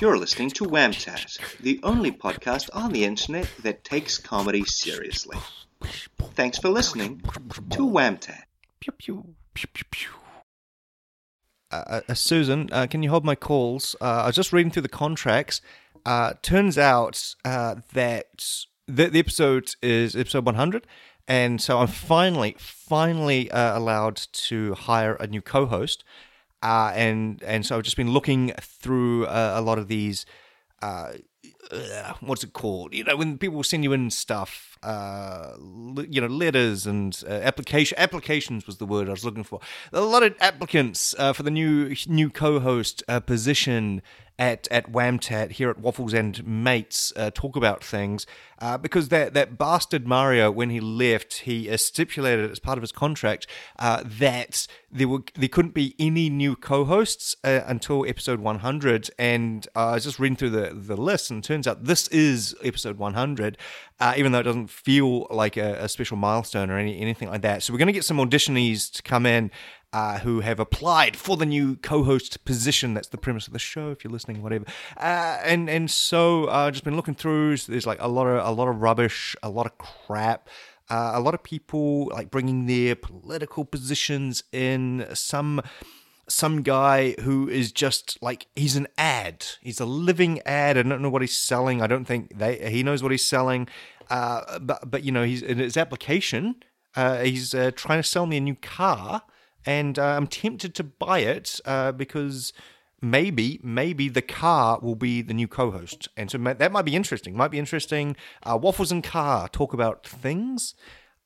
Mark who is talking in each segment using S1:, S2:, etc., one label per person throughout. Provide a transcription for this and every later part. S1: You're listening to Whamcast, the only podcast on the internet that takes comedy seriously. Thanks for listening to Whamcast.
S2: Pew, pew, pew, pew, pew. Uh, uh, Susan, uh, can you hold my calls? Uh, I was just reading through the contracts. Uh, turns out uh, that the, the episode is episode 100, and so I'm finally, finally uh, allowed to hire a new co-host. Uh, and and so I've just been looking through uh, a lot of these. Uh, uh, what's it called? You know, when people send you in stuff, uh, l- you know, letters and uh, application applications was the word I was looking for. A lot of applicants uh, for the new new co-host uh, position at at Whamtat here at Waffles and Mates uh, talk about things uh, because that that bastard Mario when he left he uh, stipulated as part of his contract uh, that there were there couldn't be any new co-hosts uh, until episode 100 and uh, I was just reading through the the list and turns out this is episode 100 uh, even though it doesn't feel like a, a special milestone or any anything like that so we're going to get some auditionees to come in uh, who have applied for the new co-host position. That's the premise of the show. If you're listening, whatever. Uh, and and so uh, just been looking through. So there's like a lot of a lot of rubbish, a lot of crap. Uh, a lot of people like bringing their political positions in. Some some guy who is just like he's an ad. He's a living ad. I don't know what he's selling. I don't think they he knows what he's selling. Uh, but but you know he's in his application. Uh, he's uh, trying to sell me a new car, and uh, I'm tempted to buy it uh, because maybe maybe the car will be the new co-host, and so ma- that might be interesting. Might be interesting. Uh, Waffles and car talk about things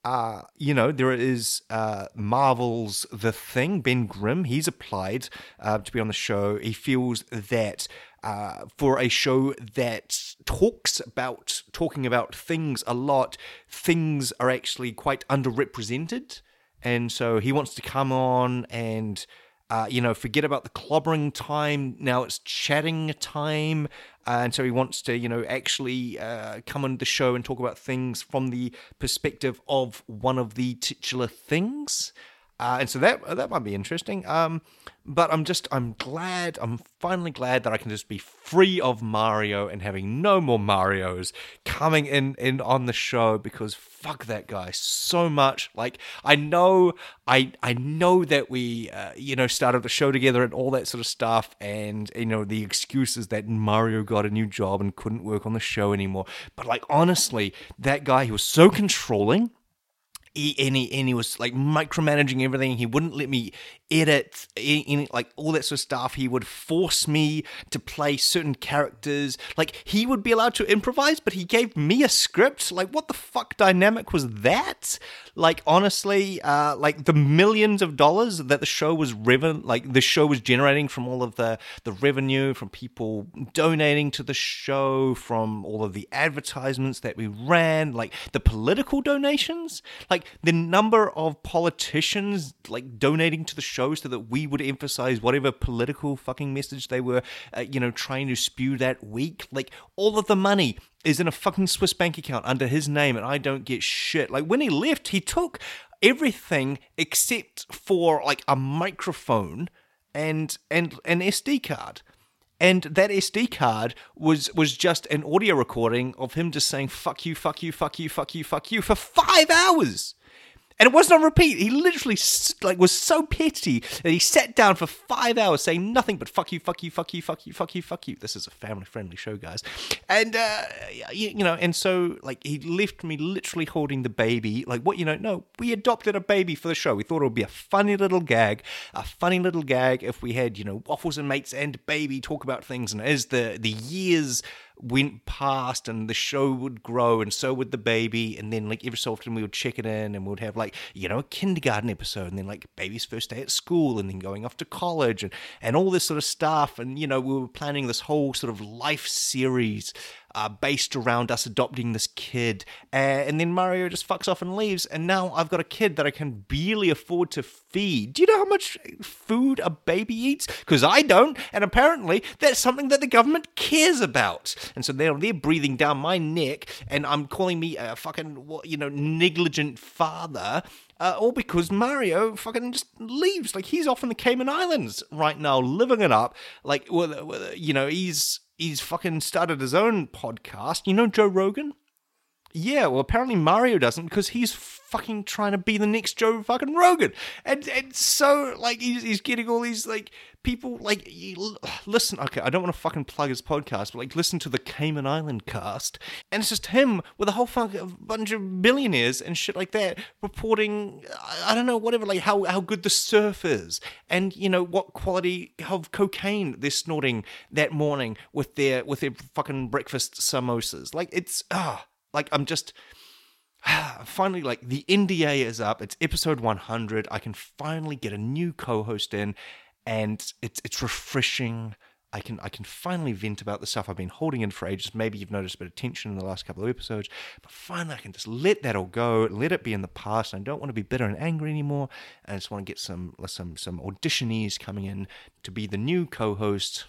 S2: uh, you know, there is uh, Marvel's The Thing. Ben Grimm, he's applied uh, to be on the show. He feels that uh, for a show that talks about talking about things a lot, things are actually quite underrepresented, and so he wants to come on and. Uh, you know, forget about the clobbering time. Now it's chatting time. Uh, and so he wants to, you know, actually uh, come on the show and talk about things from the perspective of one of the titular things. Uh, and so that that might be interesting. Um, but I'm just I'm glad I'm finally glad that I can just be free of Mario and having no more Mario's coming in in on the show because fuck that guy so much. Like I know I I know that we uh, you know started the show together and all that sort of stuff and you know the excuses that Mario got a new job and couldn't work on the show anymore. But like honestly, that guy he was so controlling he, and, he, and he was like micromanaging everything. He wouldn't let me edit, a- any, like all that sort of stuff. He would force me to play certain characters. Like he would be allowed to improvise, but he gave me a script. Like what the fuck dynamic was that? Like honestly, uh, like the millions of dollars that the show was reven, like the show was generating from all of the the revenue from people donating to the show, from all of the advertisements that we ran, like the political donations, like the number of politicians like donating to the show so that we would emphasize whatever political fucking message they were, uh, you know, trying to spew that week. Like all of the money is in a fucking Swiss bank account under his name, and I don't get shit. Like when he left, he took everything except for like a microphone and and an SD card and that SD card was was just an audio recording of him just saying "fuck you, fuck you, fuck you, fuck you, fuck you" for five hours, and it wasn't on repeat. He literally s- like was so petty that he sat down for five hours saying nothing but "fuck you, fuck you, fuck you, fuck you, fuck you, fuck you." This is a family friendly show, guys, and uh, you, you know, and so like he left me literally holding the baby. Like what you know, no, we adopted a baby for the show. We thought it would be a funny little gag, a funny little gag if we had you know waffles and mates and baby talk about things. And as the the years went past and the show would grow and so would the baby and then like every so often we would check it in and we'd have like you know a kindergarten episode and then like baby's first day at school and then going off to college and, and all this sort of stuff and you know we were planning this whole sort of life series uh, based around us adopting this kid uh, and then mario just fucks off and leaves and now i've got a kid that i can barely afford to feed do you know how much food a baby eats because i don't and apparently that's something that the government cares about and so they're, they're breathing down my neck and i'm calling me a fucking what, you know negligent father uh, all because Mario fucking just leaves. Like he's off in the Cayman Islands right now, living it up. Like, with, with, you know, he's he's fucking started his own podcast. You know Joe Rogan? Yeah, well, apparently Mario doesn't because he's fucking trying to be the next Joe fucking Rogan, and and so like he's, he's getting all these like people like you- listen. Okay, I don't want to fucking plug his podcast, but like listen to the Cayman Island cast, and it's just him with a whole fuck a bunch of billionaires and shit like that reporting. I- I don't know whatever like how how good the surf is, and you know what quality of cocaine they're snorting that morning with their with their fucking breakfast samosas. Like it's ah like I'm just finally like the NDA is up. It's episode 100. I can finally get a new co-host in, and it's it's refreshing. I can I can finally vent about the stuff I've been holding in for ages. Maybe you've noticed a bit of tension in the last couple of episodes, but finally I can just let that all go. Let it be in the past. I don't want to be bitter and angry anymore. And I just want to get some some some auditionees coming in to be the new co-hosts.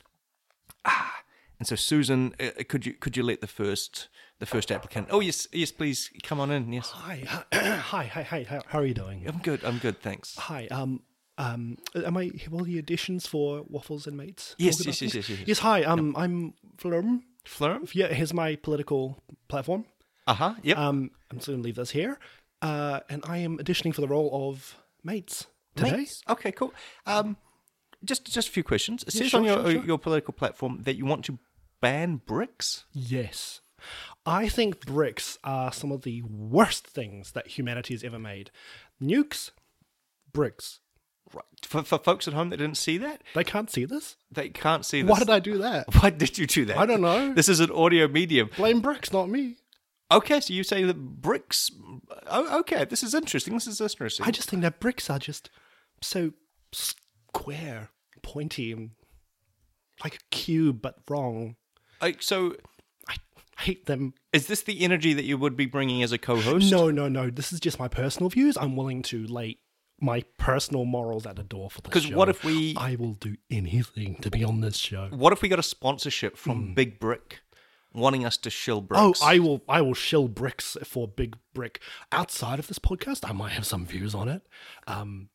S2: And so, Susan, uh, could you could you let the first the first applicant? Oh yes, yes, please come on in. Yes,
S3: Hi, hi, hi, hi. How, how are you doing?
S2: I'm good. I'm good. Thanks.
S3: Hi. Um, um, am I all the additions for waffles and mates?
S2: Yes,
S3: Talking
S2: yes,
S3: about
S2: yes,
S3: things?
S2: yes, yes, yes.
S3: hi. Um, I'm Flurm.
S2: Flurm.
S3: Yeah, here's my political platform.
S2: Uh huh. Yep.
S3: Um, I'm just going to leave this here. Uh, and I am auditioning for the role of mates today.
S2: Mates? Okay. Cool. Um, just just a few questions. It says
S3: sure,
S2: on your
S3: sure, sure.
S2: your political platform that you want to ban bricks.
S3: Yes. I think bricks are some of the worst things that humanity has ever made. Nukes, bricks.
S2: Right. For, for folks at home that didn't see that,
S3: They can't see this.
S2: they can't see. This.
S3: Why did I do that?
S2: Why did you do that?
S3: I don't know.
S2: This is an audio medium.
S3: Blame bricks, not me.
S2: Okay, so you say that bricks. Oh, okay, this is interesting. This is interesting.
S3: I just think that bricks are just so square, pointy, and like a cube, but wrong.
S2: I, so,
S3: I hate them.
S2: is this the energy that you would be bringing as a co-host?
S3: No, no, no. This is just my personal views. I'm willing to lay my personal morals at the door for this
S2: 'Cause
S3: show.
S2: what if we-
S3: I will do anything to be on this show.
S2: What if we got a sponsorship from Big Brick wanting us to shill
S3: Hmm. Oh,
S2: bricks?
S3: I will. I will shill bricks for big brick. Outside of this podcast, I might have some views on it. Um,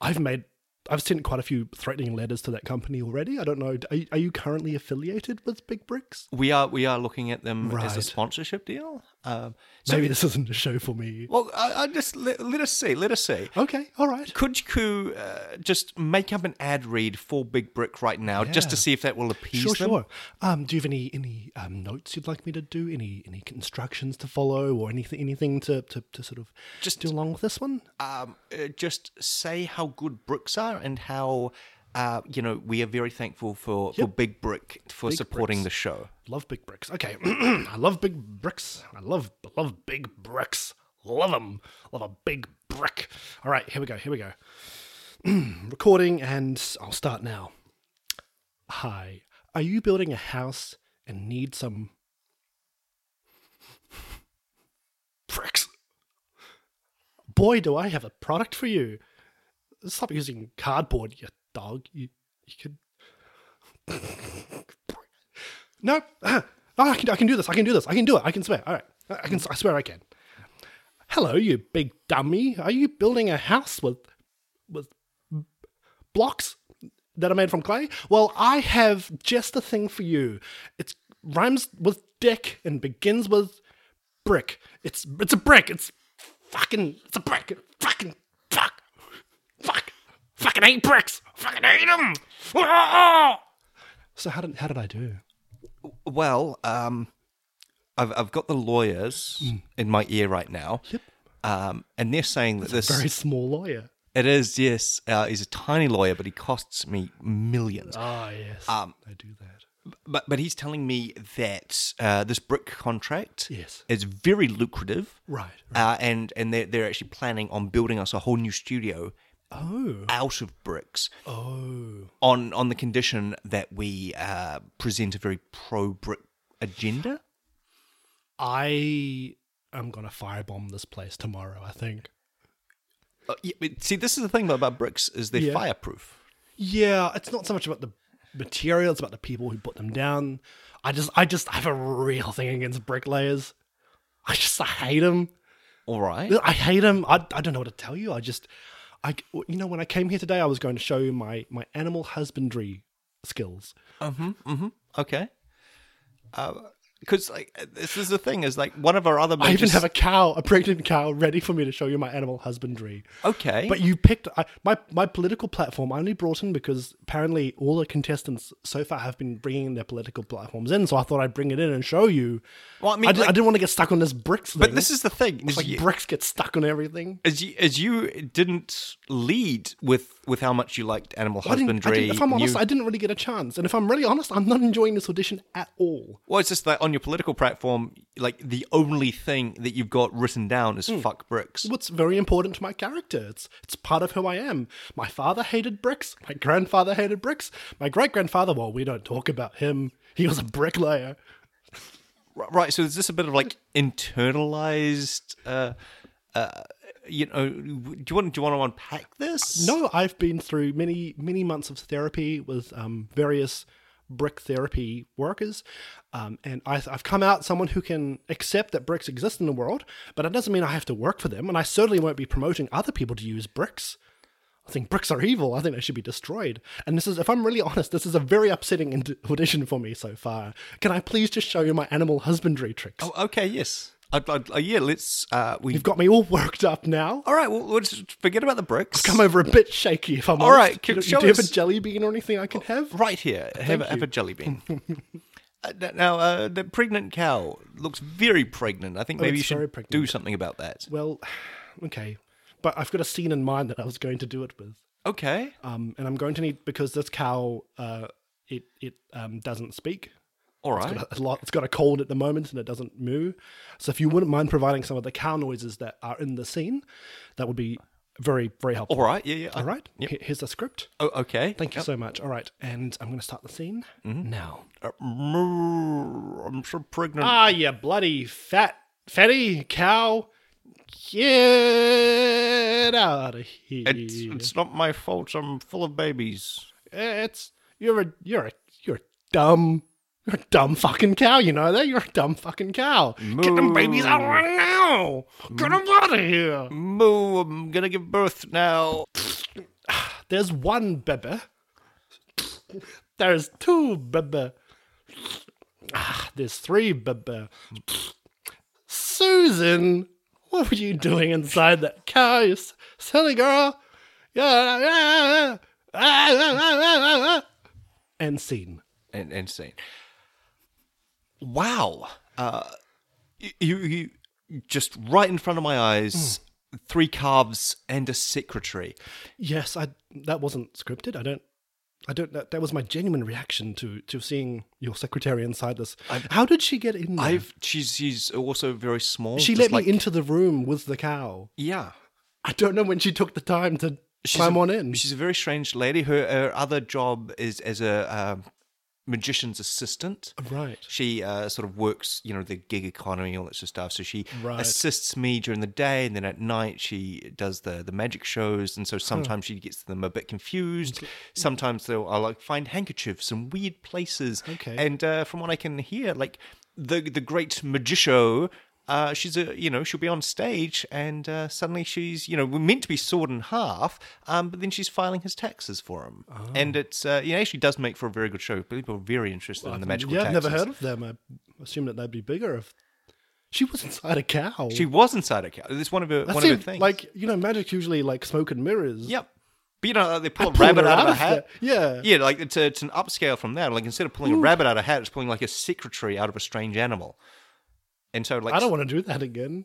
S3: I've made. I've sent quite a few threatening letters to that company already. I don't know. Are, are you currently affiliated with Big Bricks?
S2: we are we are looking at them as a
S3: Right.
S2: sponsorship deal. Um, so,
S3: Maybe this isn't a show for me.
S2: well, I, I just let, let us see. Let us see.
S3: Okay, all right.
S2: Could you uh, just make up an ad read for Big Brick right now, just to
S3: Yeah.
S2: see if that will appease
S3: Sure,
S2: them?
S3: sure. Um, do you have any any um, notes you'd like me to do? Any any instructions to follow, or anything anything to, to, to sort of
S2: Just-
S3: just do along with this one?
S2: um, uh, just say how good bricks are and how uh, you know we are very thankful for, for Big Brick for supporting the show.
S3: Love big bricks. Okay, I love big bricks. I love love big bricks. Love them. Love a big brick. All right, here we go. Here we go. Recording, and I'll start now. Hi, are you building a house and need some bricks? Boy, do I have a product for you. Stop using cardboard, you dog. You you could no, ah, I can, I can do this. I can do this. I can do it. I can swear. All right, I I can. I swear I can. Hello, you big dummy. Are you building a house with with b- blocks that are made from clay? Well, I have just the thing for you. It rhymes with dick and begins with brick. It's it's a brick. It's fucking it's a brick. Fucking fuck, fuck, fucking hate bricks. Fucking hate them. So how did how did I do?
S2: Well, um, I've, I've got the lawyers
S3: Mm.
S2: in my ear right now. Yep. Um, and they're saying that this
S3: Very small lawyer.
S2: it is yes uh, he's a tiny lawyer, but he costs me millions.
S3: Ah, yes. I do that.
S2: But but he's telling me that uh, this brick contract
S3: Yes.
S2: is very lucrative,
S3: Right.
S2: Uh, and and they're they're actually planning on building us a whole new studio
S3: Oh.
S2: out of bricks
S3: Oh.
S2: on on the condition that we uh, present a very pro brick agenda.
S3: I am going to firebomb this place tomorrow, I think.
S2: Uh, yeah, but see, this is the thing about bricks is they're
S3: Yeah.
S2: fireproof.
S3: Yeah, it's not so much about the material, it's about the people who put them down. I just, I just have a real thing against bricklayers. I just, I hate them.
S2: All right.
S3: I hate them. I, I don't know what to tell you. I just, I, you know, when I came here today, I was going to show you my, my animal husbandry skills.
S2: Okay. Because like uh, this is the thing is like one of our other.
S3: I even
S2: majors-
S3: have a cow, a pregnant cow, ready for me to show you my animal husbandry.
S2: okay,
S3: But you picked I, my my political platform. I only brought in because apparently all the contestants so far have been bringing their political platforms in. So I thought I'd bring it in and show you.
S2: Well, I mean,
S3: di-
S2: like-
S3: didn't want to get stuck on this bricks. Thing.
S2: but this is the thing
S3: It's
S2: is
S3: like
S2: you,
S3: bricks get stuck on everything.
S2: is you is you didn't lead with with how much you liked animal
S3: I didn't- I
S2: husbandry.
S3: didn't- if I'm honest,
S2: you-
S3: I didn't really get a chance. And if I'm really honest, I'm not enjoying this audition at all.
S2: well, it's just that on your political platform, like the only thing that you've got written down
S3: Hmm.
S2: is fuck bricks.
S3: What's very important to my character. It's it's part of who I am. My father hated bricks. My grandfather hated bricks. My great grandfather. Well, we don't talk about him. He was a bricklayer.
S2: R- Right. So is this a bit of like internalized? Uh, uh, you know, do you want do you want to unpack this?
S3: No, I've been through many, many months of therapy with um, various brick therapy workers. Um, and I, I've come out someone who can accept that bricks exist in the world, but it doesn't mean I have to work for them. And I certainly won't be promoting other people to use bricks. I think bricks are evil. I think they should be destroyed. And this is, if I'm really honest, this is a very upsetting ind- audition for me so far. Can I please just show you my animal husbandry tricks?
S2: Oh, okay. Yes. I'd, I'd, uh, yeah. Let's. Uh, we.
S3: You've got me all worked up now.
S2: all right. Well, let's just forget about the bricks.
S3: I'm over a bit shaky, if I'm
S2: All
S3: honest.
S2: right,
S3: You
S2: can-
S3: know,
S2: show
S3: do you have a
S2: us- Oh,
S3: jelly bean or anything I can have?
S2: right here. Have, a- have a jelly bean. Uh, n- now, uh, the pregnant cow looks very pregnant. I think maybe
S3: Oh, it's
S2: you
S3: very
S2: should
S3: pregnant.
S2: do something about that.
S3: Well, okay. But I've got a scene in mind that I was going to do it with.
S2: Okay.
S3: Um, and I'm going to need because this cow uh, it it um, doesn't speak.
S2: All right.
S3: It's got, a, lot, it's got a cold at the moment and it doesn't moo. So if you wouldn't mind providing some of the cow noises that are in the scene, that would be very very helpful.
S2: All right. Yeah. Yeah.
S3: All right. Here- Here's the script.
S2: Oh, okay.
S3: Thank you so much. All right, and I'm going to start the scene
S2: Mm-hmm.
S3: now.
S2: Mm, Uh, I'm so pregnant.
S3: Ah, you bloody fat, fatty cow! Get out of here!
S2: it's, it's not my fault. I'm full of babies.
S3: It's you're a you're a you're a dumb you're a dumb fucking cow. You know that you're a dumb fucking cow. Get them babies out right now. Get them out of here.
S2: Moo, I'm gonna give birth now.
S3: There's one baby. There's two baby. Ah, there's three baby. Susan, what were you doing inside that cow, you s- silly girl? Yeah, yeah, yeah. Ah, ah, ah, ah, ah. And scene.
S2: And insane. Wow. Uh, y- you, you just right in front of my eyes.
S3: Hmm.
S2: Three calves and a secretary.
S3: Yes, I that wasn't scripted. I don't I don't that, that was my genuine reaction to to seeing your secretary inside this. How did she get in there?
S2: I've she's she's also very small.
S3: she
S2: just
S3: let
S2: like-
S3: me into the room with the cow.
S2: Yeah,
S3: I don't know when she took the time to climb
S2: a-
S3: on in.
S2: she's a very strange lady. Her her other job is as a um, magician's assistant.
S3: Oh, Right.
S2: She uh, sort of works, you know, the gig economy, all that sort of stuff. So she
S3: Right.
S2: assists me during the day, and then at night she does the the magic shows. And so sometimes she gets them a bit confused. Sometimes they'll I'll like find handkerchiefs in weird places.
S3: Okay.
S2: And uh, from what I can hear, like the the great magician. Uh, she's a, you know, she'll be on stage, and uh, suddenly she's, you know, we're meant to be sawed in half, um, but then she's filing his taxes for him, and
S3: Oh.
S2: it's, uh, it actually does make for a very good show. People are very interested in the magical.
S3: Yeah, I've never
S2: taxes.
S3: heard of them. I assume that they'd be bigger if she was inside a cow.
S2: She was inside a cow. It's one of her
S3: that
S2: one of her
S3: seemed
S2: things.
S3: like you know, magic's usually like smoke and mirrors.
S2: yep. But you know, they pull a
S3: Pulling
S2: rabbit
S3: her
S2: out of a
S3: there.
S2: hat.
S3: Yeah.
S2: Yeah, like it's, a, it's an upscale from that. Like instead of pulling a rabbit out of a hat, it's pulling like a secretary out of a strange animal. And so, like,
S3: I don't want to do that again.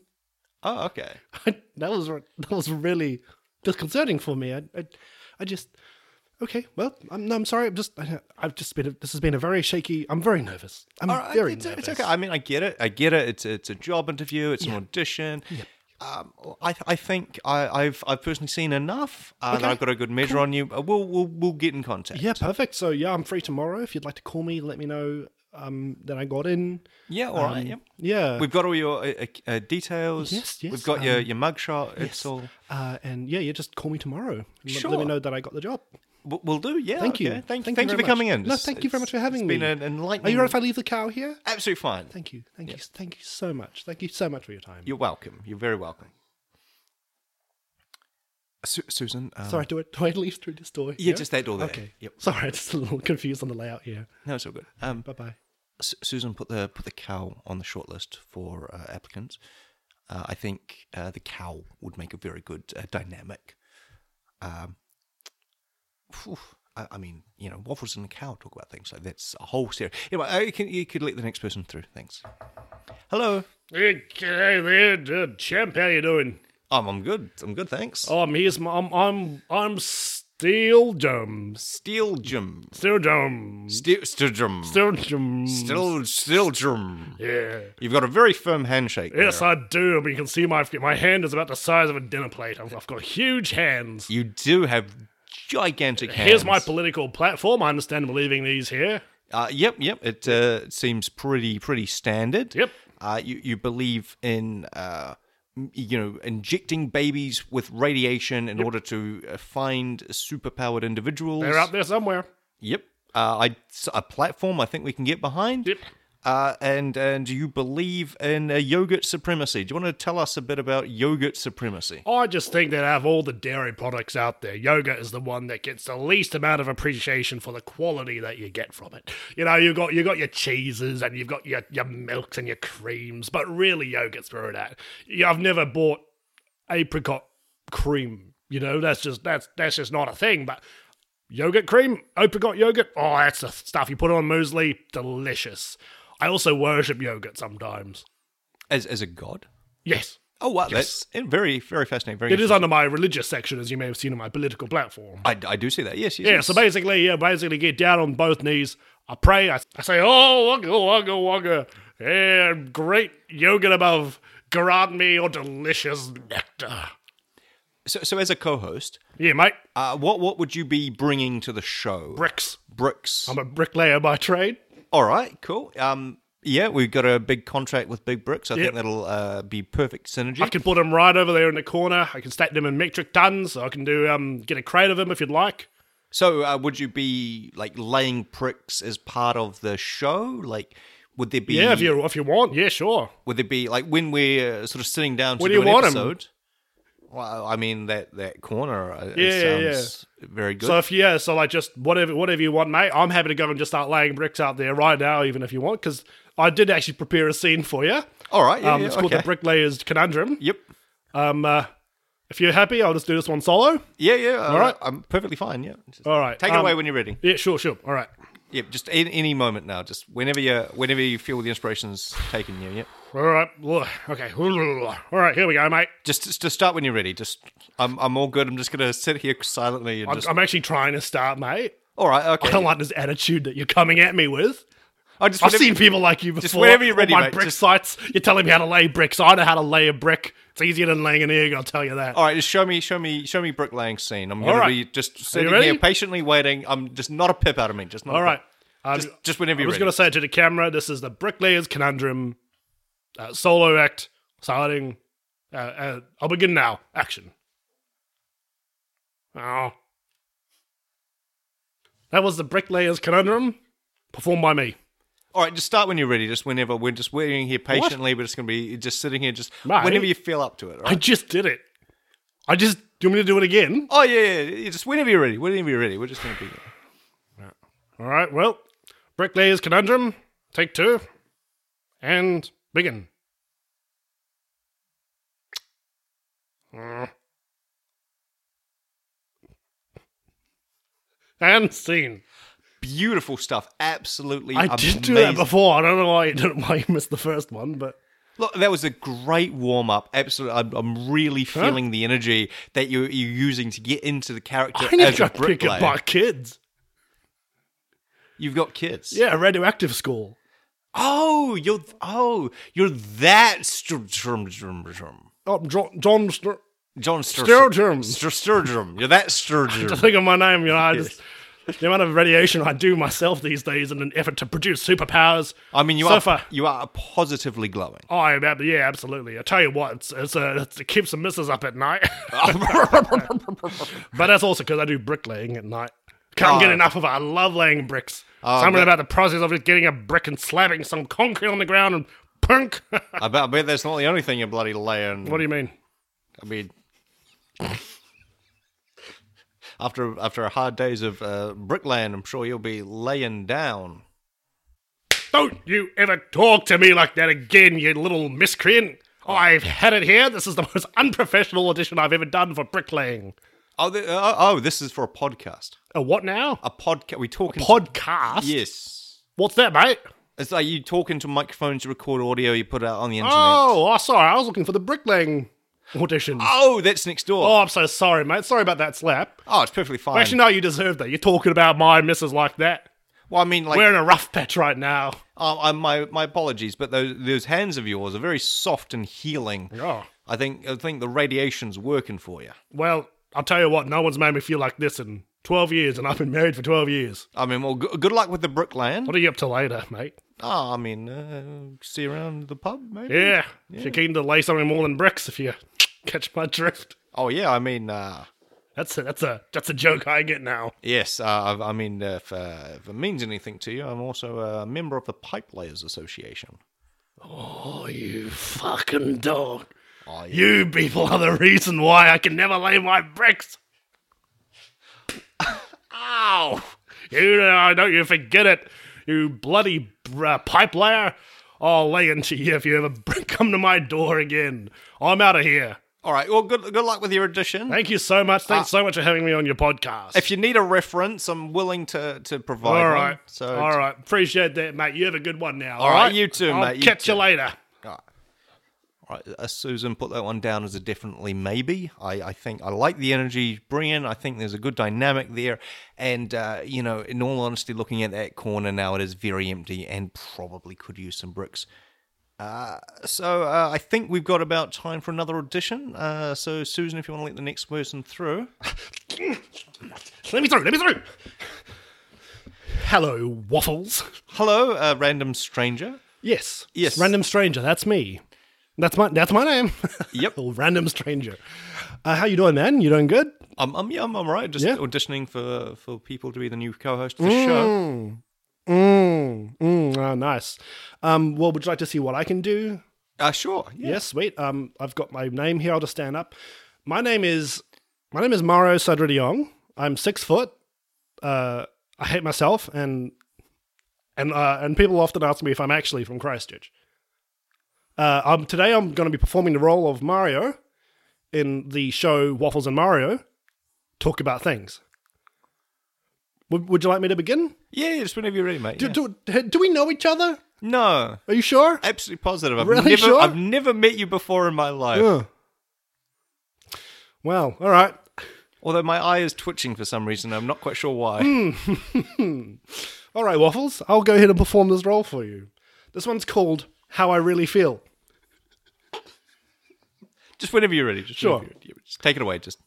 S2: oh, okay.
S3: that was re- that was really disconcerting for me. I, I, I just okay. Well, I'm no, I'm sorry. I'm just I, I've just been a, this has been a very shaky. I'm very nervous. I'm
S2: All right,
S3: very
S2: it's,
S3: nervous.
S2: it's okay. I mean, I get it. I get it. It's it's a job interview. It's an audition. Um, I I think I, I've I've personally seen enough. Uh, that
S3: Okay,
S2: I've got a good measure on you. Uh, We'll we'll we'll get in contact.
S3: Yeah, perfect. So yeah, I'm free tomorrow. If you'd like to call me, let me know um, that I got in.
S2: Yeah. All right. Yep.
S3: Yeah.
S2: We've got all your uh, uh, details.
S3: Um, Yes, yes, um,
S2: We've got your your mugshot. It's all.
S3: Uh, and yeah, you just call me tomorrow. and let- Let
S2: Sure.
S3: me know that I got the job.
S2: W- We'll do. Yeah.
S3: Thank you.
S2: okay. Thank,
S3: Thank you
S2: thank, you
S3: very
S2: for
S3: much.
S2: coming in.
S3: No, thank you very much for having
S2: It's been
S3: me.
S2: an enlightening.
S3: Are you right if I leave the cow here?
S2: Absolutely fine.
S3: Thank you. Thank you. Thank you so much. Thank you so much for your time.
S2: You're welcome. You're very welcome. Su- Susan. Um,
S3: Sorry, do I, do I leave through this door?
S2: Yeah,
S3: here?
S2: just that door there.
S3: Okay.
S2: Yep.
S3: Sorry, I'm just a little confused on the layout here.
S2: No, it's all good. Um,
S3: Bye bye.
S2: S- Susan put the put the cow on the shortlist for uh, applicants. Uh, I think uh, the cow would make a very good uh, dynamic. Um, phew, I, I mean, you know, waffles and the cow talk about things like that's a whole series. Anyway, uh, you can you could let the next person through. Thanks. Hello.
S3: Okay, there, dude. uh, Champ, how you doing?
S2: Um, I'm good. I'm good. Thanks.
S3: Um, here's my. I'm. I'm. I'm Steel Dome.
S2: Steel Jim.
S3: Steel Dome.
S2: Steel Steel Jim.
S3: Steel Dome.
S2: Steel Steel Jim.
S3: Yeah.
S2: You've got a very firm handshake.
S3: Yes,
S2: there.
S3: I do. But you can see my my hand is about the size of a dinner plate. I've, I've got huge hands.
S2: You do have gigantic hands.
S3: Here's my political platform. I understand we're leaving these here.
S2: Uh, yep, yep. It uh, seems pretty pretty standard.
S3: Yep.
S2: Uh, you you believe in uh, m- you know injecting babies with radiation in order to uh, find superpowered individuals.
S3: They're out there somewhere.
S2: Yep. Uh, I s- a platform I think we can get behind.
S3: Yep.
S2: Uh, and and you believe in uh, yogurt supremacy. Do you want to tell us a bit about yogurt supremacy?
S3: I just think that out of all the dairy products out there, yogurt is the one that gets the least amount of appreciation for the quality that you get from it. You know, you got you got your cheeses and you've got your, your milks and your creams, but really yogurt's where it at. Yeah, I've never bought apricot cream. You know, that's just that's that's just not a thing. But yogurt cream, apricot yogurt, oh that's the stuff you put on muesli, delicious. I also worship yogurt sometimes.
S2: As as a god?
S3: Yes.
S2: Oh wow, that's very very fascinating. Very
S3: It is under my religious section, as you may have seen on my political platform.
S2: I, I do see that. Yes, yes.
S3: Yeah,
S2: yes.
S3: so basically, yeah, basically get down on both knees. I pray. I, I say, oh, wagga, wagga, wagga. Yeah, great yogurt above. Grant me your delicious nectar.
S2: so so as a co-host,
S3: Yeah, mate.
S2: Uh, what what would you be bringing to the show?
S3: Bricks.
S2: Bricks.
S3: I'm a bricklayer by trade.
S2: All right, cool. Um, yeah, we've got a big contract with Big Bricks. I
S3: Yep.
S2: think that'll uh, be perfect synergy.
S3: I can put them right over there in the corner. I can stack them in metric tons. I can do um get a crate of them if you'd like.
S2: So, uh, would you be like laying bricks as part of the show? Like, would there be?
S3: Yeah, if you if you want. Yeah, sure.
S2: Would there be like when we're sort of sitting down to
S3: Where do
S2: do
S3: you
S2: an
S3: want 'em?
S2: episode? Well, I mean that that corner. uh, it
S3: Yeah, yeah,
S2: sounds very good.
S3: So if yeah, so like just whatever whatever you want, mate. I'm happy to go and just start laying bricks out there right now, even if you want, because I did actually prepare a scene for you.
S2: All right, yeah,
S3: Um,
S2: yeah,
S3: it's called the
S2: okay.
S3: Bricklayer's Conundrum.
S2: Yep.
S3: Um, uh, if you're happy, I'll just do this one solo.
S2: Yeah, yeah. All
S3: right.
S2: I'm perfectly fine. Yeah. Just
S3: All right,
S2: Take it
S3: um,
S2: away when you're ready.
S3: Yeah, sure, sure. All right.
S2: Yep, just in, any moment now. Just whenever you whenever you feel the inspiration's taking you. Yep.
S3: All right. Ugh, Okay. All right. Here we go, mate.
S2: Just, just to start when you're ready. Just I'm I'm all good. I'm just gonna sit here silently and
S3: I'm,
S2: just.
S3: I'm actually trying to start, mate.
S2: all right.
S3: I don't
S2: Okay.
S3: like this attitude that you're coming at me with.
S2: I just
S3: I've
S2: whenever-
S3: seen people like you before.
S2: whenever you're ready,
S3: on my
S2: mate,
S3: brick
S2: just-
S3: sites, you're telling me how to lay bricks. I know how to lay a brick. It's easier than laying an egg. I'll tell you that.
S2: All right. Just show me show me show me bricklaying scene. I'm gonna
S3: right.
S2: be just sitting
S3: ready?
S2: here patiently waiting. I'm just not a pip out of me. Just not.
S3: All
S2: a
S3: right.
S2: pip.
S3: Um,
S2: Just just whenever
S3: I
S2: you're
S3: was
S2: ready.
S3: going to say to the camera, this is the Bricklayer's Conundrum uh, solo act, starting. Uh, uh, I'll begin now. Action. Oh. That was the Bricklayer's Conundrum, performed by me.
S2: All right. Just start when you're ready. Just whenever we're just waiting here patiently. We're just gonna be just sitting here. Just
S3: Mate.
S2: whenever you feel up to it. all
S3: I
S2: right?
S3: just did it. I just. Do you want me to do it again?
S2: Oh yeah, yeah, yeah. Just whenever you're ready. Whenever you're ready. We're just gonna be.
S3: All right, well, Bricklayer's Conundrum, take two, and begin. And scene.
S2: Beautiful stuff. Absolutely.
S3: I
S2: amazing.
S3: did do that before. I don't know why you, didn't, why you missed the first one, but
S2: Look, that was a great warm up. Absolutely, I'm, I'm really feeling the energy that you you're using to get into the character
S3: I need
S2: as
S3: to
S2: a
S3: go pick up my
S2: bricklayer.
S3: kids.
S2: You've got kids.
S3: Yeah, radioactive school.
S2: Oh, you're oh you're that str- strum- strum- strum.
S3: Oh, John, John Str-
S2: John Stur-
S3: Sturgeon.
S2: Stur- Sturgeon. You're that
S3: to
S2: Sturgeon.
S3: think of my name, you know, I just the amount of radiation I do myself these days in an effort to produce superpowers.
S2: I mean, you
S3: so
S2: are
S3: far-
S2: you are positively glowing.
S3: Oh, I'm ab- yeah, absolutely. I tell you what, it's, it's, uh, it's, it keeps the missus up at night. but that's also because I do bricklaying at night. Can't get
S2: Oh.
S3: enough of it. I love laying bricks. Something
S2: that-
S3: about the process of just getting a brick and slapping some concrete on the ground and punk. what
S2: I bet, I bet that's not the only thing you're bloody laying.
S3: do you mean?
S2: I mean, after after a hard days of uh, bricklaying, I'm sure you'll be laying down.
S3: Boom! Don't you ever talk to me like that again, you little miscreant. I've had it here. This is the most unprofessional audition I've ever done for bricklaying.
S2: Oh, the, oh, oh, this is for a podcast.
S3: A what now?
S2: A podcast. We talking
S3: podcast?
S2: Yes.
S3: What's that, mate?
S2: It's like you talk into microphones, you record audio, you put it out on the internet.
S3: Oh, I sorry. I was looking for the bricklaying audition.
S2: Oh, that's next door. Oh,
S3: Oh, I'm so sorry, mate. Sorry about that slap.
S2: it's perfectly fine.
S3: Actually, no, you deserved that. You're talking about my missus like that.
S2: well, I mean, like,
S3: We're in a rough patch right now.
S2: uh, I, my my apologies, but those those hands of yours are very soft and healing.
S3: Yeah.
S2: I think I think the radiation's working for you.
S3: Well, I'll tell you what. No one's made me feel like this in 12 years, and I've been married for 12 years.
S2: I mean, well, good, good luck with the brickland.
S3: What are you up to later, mate?
S2: Oh, I mean, uh, see you around the pub, maybe.
S3: Yeah. If you're keen to lay something more than bricks, if you catch my drift.
S2: Oh yeah, I mean, uh,
S3: That's a, that's a that's a joke I get now.
S2: yes, uh, I, I mean, uh, if, uh, if it means anything to you, I'm also a member of the Pipe Layers Association.
S3: Oh, you fucking dog.
S2: Oh, yeah.
S3: You people are the reason why I can never lay my bricks. Ow! You, uh, don't you forget it, you bloody uh, pipe layer. I'll lay into you if you ever come to my door again. I'm out of here.
S2: All right. Well, good good luck with your audition.
S3: Thank you so much. Thanks so much for having me on your podcast.
S2: Uh, If you need a reference, I'm willing to to provide.
S3: all
S2: one.
S3: right.
S2: So
S3: all right. Appreciate that, mate. You have a good one now.
S2: All right, you too,
S3: I'll
S2: mate, you
S3: catch
S2: too.
S3: you later.
S2: All right, uh, Susan, put that one down as a definitely maybe. I, I think I like the energy, Brian. I think there's a good dynamic there. And, uh, you know, in all honesty, looking at that corner now, it is very empty and probably could use some bricks. Uh, so uh, I think we've got about time for another audition. Uh, so, Susan, if you want to let the next person through.
S3: Let me through. Let me through. Hello, waffles.
S2: Hello, uh, random stranger.
S3: Yes.
S2: Yes.
S3: Random stranger. That's me. That's my that's my name.
S2: Yep.
S3: Little Random stranger. Uh, how you doing, man? You doing good?
S2: I'm, I'm, yeah, I'm all right. Just
S3: Yeah.
S2: auditioning for, for people to be the new co host of the show.
S3: Mm. Mm. Oh, nice. Um, well, would you like to see what I can do?
S2: Uh, sure. Yeah.
S3: Yes, sweet. Um, I've got my name here. I'll just stand up. My name is my name is Mario Sadridiong. I'm six foot. Uh, I hate myself, and and uh, and people often ask me if I'm actually from Christchurch. Uh, um, today I'm going to be performing the role of Mario in the show Waffles and Mario. Talk about things. Would, would you like me to begin?
S2: Yeah, yeah, just whenever you're ready, mate.
S3: Do,
S2: yeah.
S3: do, do we know each other?
S2: no.
S3: Are you sure?
S2: Absolutely positive. I've
S3: Really
S2: never
S3: sure?
S2: I've never met you before in my life.
S3: Yeah. Well, all right.
S2: Although my eye is twitching for some reason. I'm not quite sure why.
S3: Hmm. All right, Waffles, I'll go ahead and perform this role for you. This one's called How I Really Feel.
S2: Just whenever you're ready. Just
S3: Sure.
S2: whenever you're- yeah, Just take it away. Just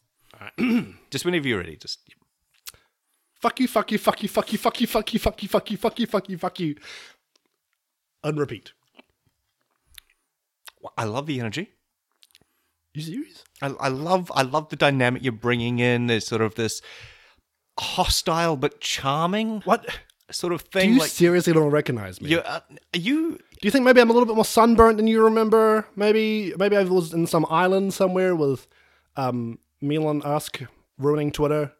S2: just whenever you're ready. Just
S3: Fuck you, fuck you, fuck you, fuck you, fuck you, fuck you, fuck you, fuck you, fuck you, fuck you, fuck you. And repeat.
S2: I love the energy.
S3: You serious?
S2: I, I love I love the dynamic you're bringing in. There's sort of this hostile but charming
S3: What?
S2: sort of
S3: Do
S2: thing.
S3: you
S2: like
S3: seriously don't recognize me?
S2: you uh, are you
S3: Do you think maybe I'm a little bit more sunburnt than you remember? Maybe maybe I was in some island somewhere with um, Milan Usk ruining Twitter.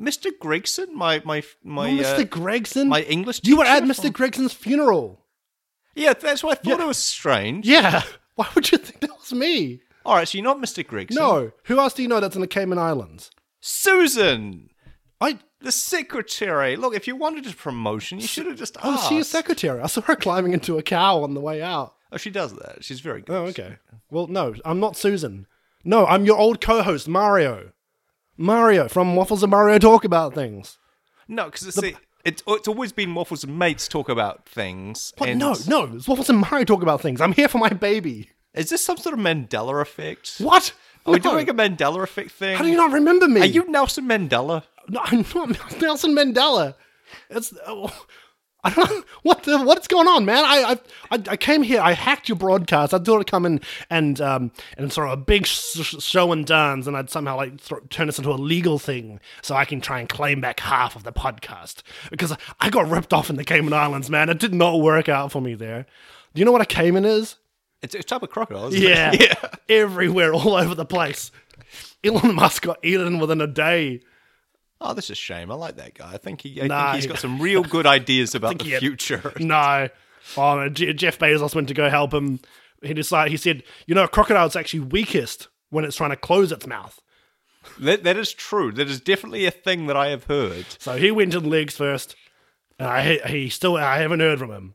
S2: Mr. Gregson? My my my
S3: Oh, Mr.
S2: uh,
S3: Gregson?
S2: my English
S3: you were at
S2: teacher
S3: Mr. Gregson's funeral.
S2: yeah, that's why I thought it was strange.
S3: Yeah. Why would you think that was me?
S2: All right, so you're not Mr. Gregson.
S3: No. Who else do you know that's in the Cayman Islands?
S2: Susan.
S3: I.
S2: The secretary. Look, if you wanted a promotion, you should have just
S3: Oh,
S2: asked.
S3: she a secretary. I saw her climbing into a cow on the way out.
S2: Oh, she does that. She's very good.
S3: Oh, okay. Well, no, I'm not Susan. No, I'm your old co-host, Mario. Mario from Waffles and Mario Talk About Things.
S2: No, because it's, it's it's always been Waffles and mates talk about things.
S3: What?
S2: and-
S3: No, no, it's Waffles and Mario Talk About Things. I'm here for my baby.
S2: Is this some sort of Mandela effect?
S3: What?
S2: Are we
S3: No.
S2: doing a Mandela effect thing?
S3: How do you not remember me?
S2: Are you Nelson Mandela?
S3: No, I'm not Nelson Mandela. It's oh, I don't know what the what's going on, man. I I, I, I came here. I hacked your broadcast. I thought I'd come in and um and sort of a big sh- sh- show and dance, and I'd somehow like thro- turn this into a legal thing so I can try and claim back half of the podcast because I got ripped off in the Cayman Islands, man. It did not work out for me there. Do you know what a Cayman is?
S2: It's a type of crocodile, isn't
S3: Yeah.
S2: it?
S3: everywhere, all over the place. Elon Musk got eaten within a day.
S2: Oh, this is a shame. I like that guy. I think he. I
S3: Nah,
S2: think he's
S3: he-
S2: got some real good ideas about the
S3: he had-
S2: future.
S3: No, Oh, J- Jeff Bezos went to go help him. He decided. He said, "You know, a crocodile's actually weakest when it's trying to close its mouth."
S2: That, that is true. That is definitely a thing that I have heard.
S3: So he went in legs first, and I he still I haven't heard from him.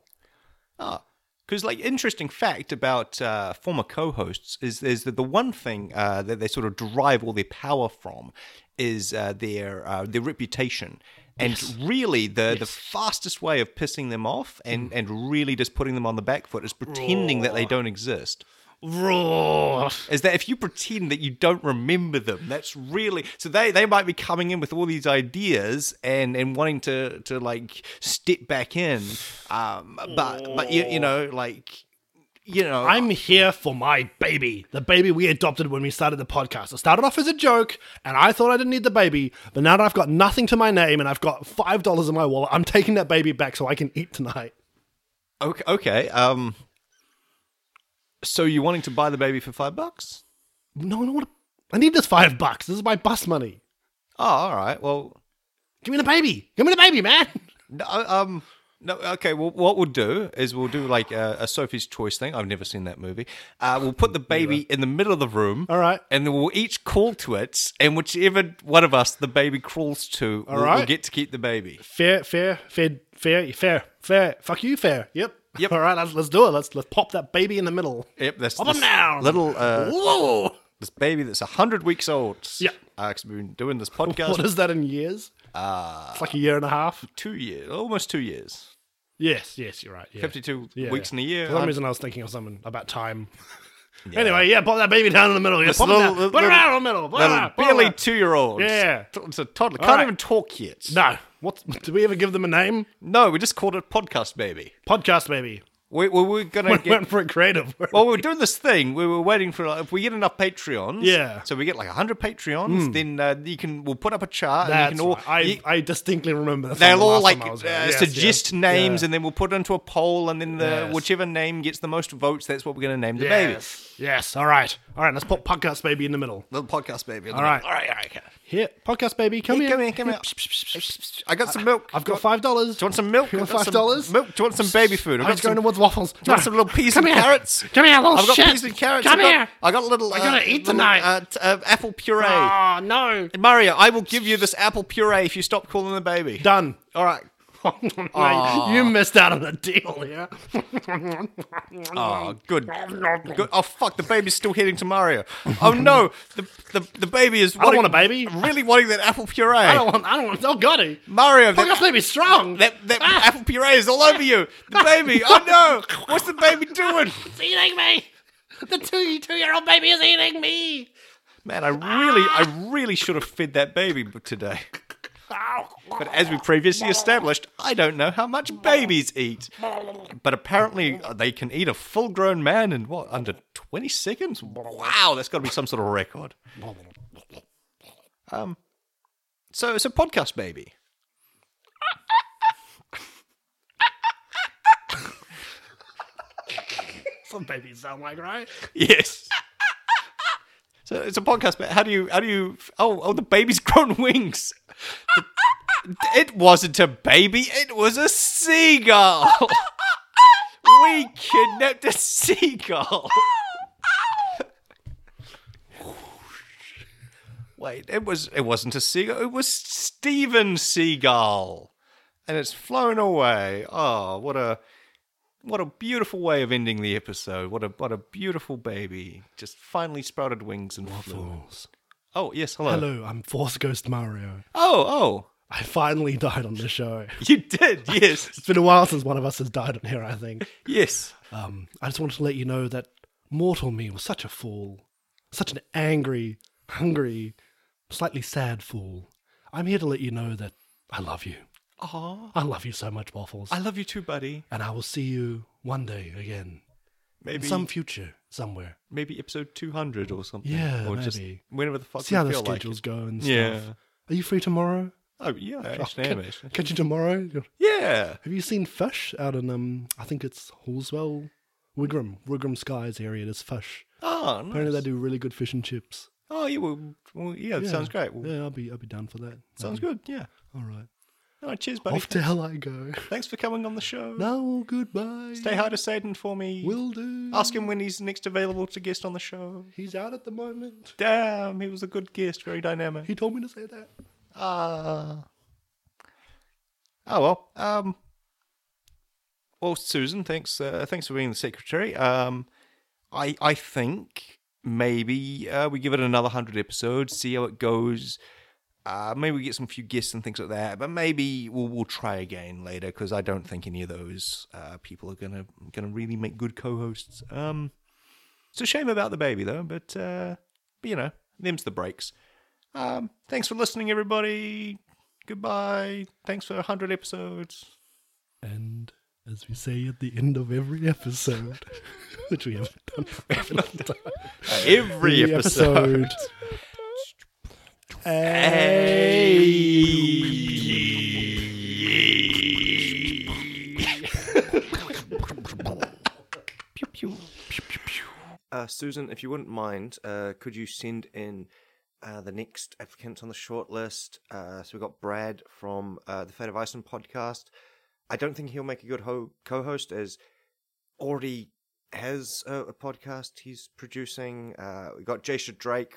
S2: Because, like, interesting fact about uh, former co-hosts is is that the one thing uh, that they sort of derive all their power from is uh, their uh, their reputation, and really the the fastest way of pissing them off and and really just putting them on the back foot is pretending that they don't exist.
S3: Roar.
S2: Is that if you pretend that you don't remember them, that's really so they they might be coming in with all these ideas and and wanting to to like step back in, um, but but you, you know like you know
S3: I'm here for my baby, the baby we adopted when we started the podcast. It started off as a joke, and I thought I didn't need the baby, but now that I've got nothing to my name and I've got five dollars in my wallet, I'm taking that baby back so I can eat tonight.
S2: okay okay um. So you're wanting to buy the baby for five bucks?
S3: No, I don't want to. I need this five bucks. This is my bus money.
S2: Oh, all right. Well,
S3: Give me the baby. Give me the baby, man.
S2: No, um, no. Okay. Well, what we'll do is we'll do like a, a Sophie's Choice thing. I've never seen that movie. Uh, we'll put the baby in the middle of the room.
S3: All right.
S2: And then we'll each call to it, and whichever one of us the baby crawls to, we'll, we'll
S3: right.
S2: get to keep the baby.
S3: Fair, fair, fair, fair, fair, fair. Fuck you, fair. Yep.
S2: Yep.
S3: All right, let's, let's do it. Let's let's pop that baby in the middle.
S2: Yep. That's
S3: Pop him
S2: this
S3: down.
S2: Little uh,
S3: Whoa.
S2: this baby that's hundred weeks old.
S3: Yeah.
S2: Uh, we we've been doing this
S3: What
S2: podcast
S3: is that in years? Uh, it's like a year and a half.
S2: two years, almost two years,
S3: Yes, yes, you're right. yeah.
S2: fifty-two
S3: Yeah,
S2: weeks
S3: yeah.
S2: in a year.
S3: For some
S2: I'm-
S3: reason, I was thinking of something about time. Anyway, yeah, pop that baby down in the middle. Yeah,
S2: This
S3: pop it
S2: little-
S3: down.
S2: little-
S3: Put it out in the middle. Blah,
S2: Little
S3: blah, blah,
S2: barely
S3: blah.
S2: two-year-olds.
S3: Ah, Yeah.
S2: T- It's a toddler. Can't
S3: All right.
S2: even talk yet.
S3: No. What? Do we ever give them a name?
S2: No, we just called it podcast baby.
S3: Podcast baby.
S2: We, we were gonna
S3: Went
S2: get.
S3: for it creative.
S2: Well, we were doing this thing. We were waiting for like, if we get enough Patreons.
S3: Yeah. Hmm.
S2: So we get like hundred Patreons, then uh, you can. We'll put up a chart.
S3: That's
S2: and you can all.
S3: right. I,
S2: you-
S3: I distinctly remember that.
S2: they'll
S3: from the
S2: all
S3: last
S2: like
S3: time I was
S2: uh,
S3: here. Yes,
S2: suggest
S3: yes.
S2: names,
S3: Yeah.
S2: and then we'll put it into a poll, and then the
S3: Yes.
S2: whichever name gets the most votes, that's what we're gonna name the baby.
S3: Yes. Yes. All right. All right. Let's put podcast baby in the middle.
S2: Little podcast baby.
S3: All right.
S2: All right. All right. okay.
S3: Here, podcast baby, come
S2: Hey,
S3: here.
S2: Come here. Come here. I got some milk.
S3: I've
S2: Do you
S3: got
S2: want-
S3: five dollars.
S2: Do you want some milk?
S3: You want
S2: I've got some
S3: $5?
S2: Milk. Do you want some baby food? I've
S3: I was
S2: got
S3: going
S2: some,
S3: to Woods Waffles.
S2: do you want some little peas and
S3: here.
S2: carrots.
S3: Come here, little
S2: I've got
S3: shit.
S2: peas and carrots.
S3: Come
S2: I've got,
S3: here.
S2: I got a little.
S3: I gotta
S2: uh,
S3: eat
S2: little,
S3: tonight.
S2: Uh, t- uh, apple puree.
S3: Oh no.
S2: And Mario, I will give you this apple puree if you stop calling the baby.
S3: Done.
S2: All right.
S3: Oh, Mate, you missed out on a deal here.
S2: Oh, good. good. Oh fuck! The baby's still heading to Mario. Oh no! The the, the baby is. I
S3: don't want a baby.
S2: Really wanting that apple puree.
S3: I don't want. I don't want. Oh goody.
S2: Mario,
S3: Podcast
S2: that,
S3: baby strong.
S2: that, that
S3: Ah.
S2: apple puree is all over you. The baby. Oh no! What's the baby doing?
S3: It's eating me. The two two year old baby is eating me.
S2: Man, I really, I really should have fed that baby today. But as we previously established, I don't know how much babies eat. But apparently, uh, they can eat a full grown man in what, under 20 seconds? Wow, that's got to be some sort of record. Um, so it's a podcast baby.
S3: Some babies sound like right.
S2: Yes. So it's a podcast, but how do you how do you oh oh the baby's grown wings. it wasn't a baby, it was a seagull. we kidnapped a seagull. Wait, it was it wasn't a seagull, it was Steven Seagull. And it's flown away. Oh, what a what a beautiful way of ending the episode. What a what a beautiful baby. Just finally sprouted wings and flew. Oh, yes, hello.
S3: Uh, Hello, I'm Force Ghost Mario.
S2: Oh, oh.
S3: I finally died on the show.
S2: You did. Yes.
S3: It's been a while since one of us has died on here. I think.
S2: yes.
S3: Um, I just wanted to let you know that mortal me was such a fool, such an angry, hungry, slightly sad fool. I'm here to let you know that I love you.
S2: Aw.
S3: I love you so much, Waffles.
S2: I love you too, buddy.
S3: and I will see you one day again, in
S2: Maybe
S3: some future, somewhere.
S2: maybe episode 200 or something.
S3: Yeah,
S2: or just
S3: maybe.
S2: whenever the fuck
S3: See
S2: we
S3: how the
S2: feel like
S3: schedules
S2: it.
S3: go and stuff.
S2: Yeah.
S3: Are you free tomorrow?
S2: Oh, yeah, I actually am, actually.
S3: Catch you tomorrow.
S2: Yeah.
S3: Have you seen Fish out in um? I think it's Hallswell, Wigram, Wigram Skies area. There's Fish.
S4: Ah,
S2: Oh, nice.
S3: Apparently they do really good fish and chips.
S2: Oh, yeah, well, well yeah,
S3: Yeah.
S2: sounds great. Well,
S3: Yeah, I'll be I'll be down for that.
S2: Sounds good. Yeah.
S3: All right.
S4: All right, cheers, buddy.
S3: Off to hell I go.
S4: Thanks for coming on the show.
S3: Now goodbye.
S4: Stay hi to Satan for me.
S3: Will do.
S4: Ask him when he's next available to guest on the show.
S3: He's out at the moment.
S4: Damn, he was a good guest, very dynamic.
S3: He told me to say that.
S2: Uh, oh well. Um, well, Susan, thanks. Uh, thanks for being the secretary. Um, I I think maybe uh, we give it another hundred episodes, see how it goes. Uh, maybe we get some few guests and things like that, but maybe we'll we'll try again later because I don't think any of those uh, people are gonna gonna really make good co-hosts. Um, it's a shame about the baby though, but uh, but you know, them's the breaks. Um, thanks for listening, everybody. Goodbye. Thanks for 100 episodes.
S3: And as we say at the end of every episode, which we haven't done for a long time.
S2: Every
S3: Every
S2: episode.
S3: episode. Hey.
S2: Uh, Susan, if you wouldn't mind, uh, could you send in uh, the next applicants on the shortlist? Uh, so we got Brad from uh, the Fate of Iceland podcast. I don't think he'll make a good ho- co-host, as already has a, a podcast he's producing. Uh, we got Jasha Drake,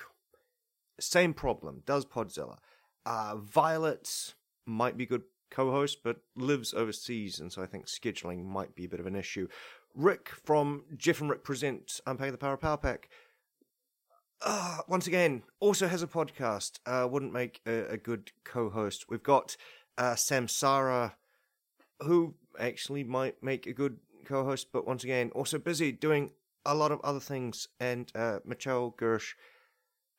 S2: same problem. Does Podzilla? Uh, Violet might be good co-host, but lives overseas, and so I think scheduling might be a bit of an issue. Rick from Jeff and Rick present Unpacking the Power Power Pack. Uh, once again, also has a podcast. Uh, wouldn't make a, a good co-host. We've got uh, Samsara, who actually might make a good co-host, but once again, also busy doing a lot of other things. And uh, Michelle Gersh,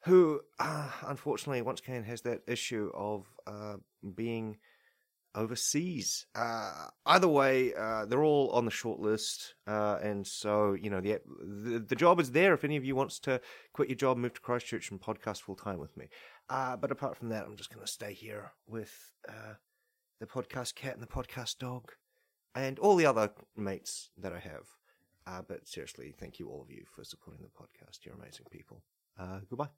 S2: who uh, unfortunately once again has that issue of uh, being overseas. Uh, either way, uh, they're all on the short list, uh, and so you know the, the the job is there. If any of you wants to quit your job, move to Christchurch, and podcast full time with me. Uh, but apart from that, I'm just going to stay here with uh, the podcast cat and the podcast dog, and all the other mates that I have. Uh, but seriously, thank you all of you for supporting the podcast. You're amazing people. Uh, goodbye.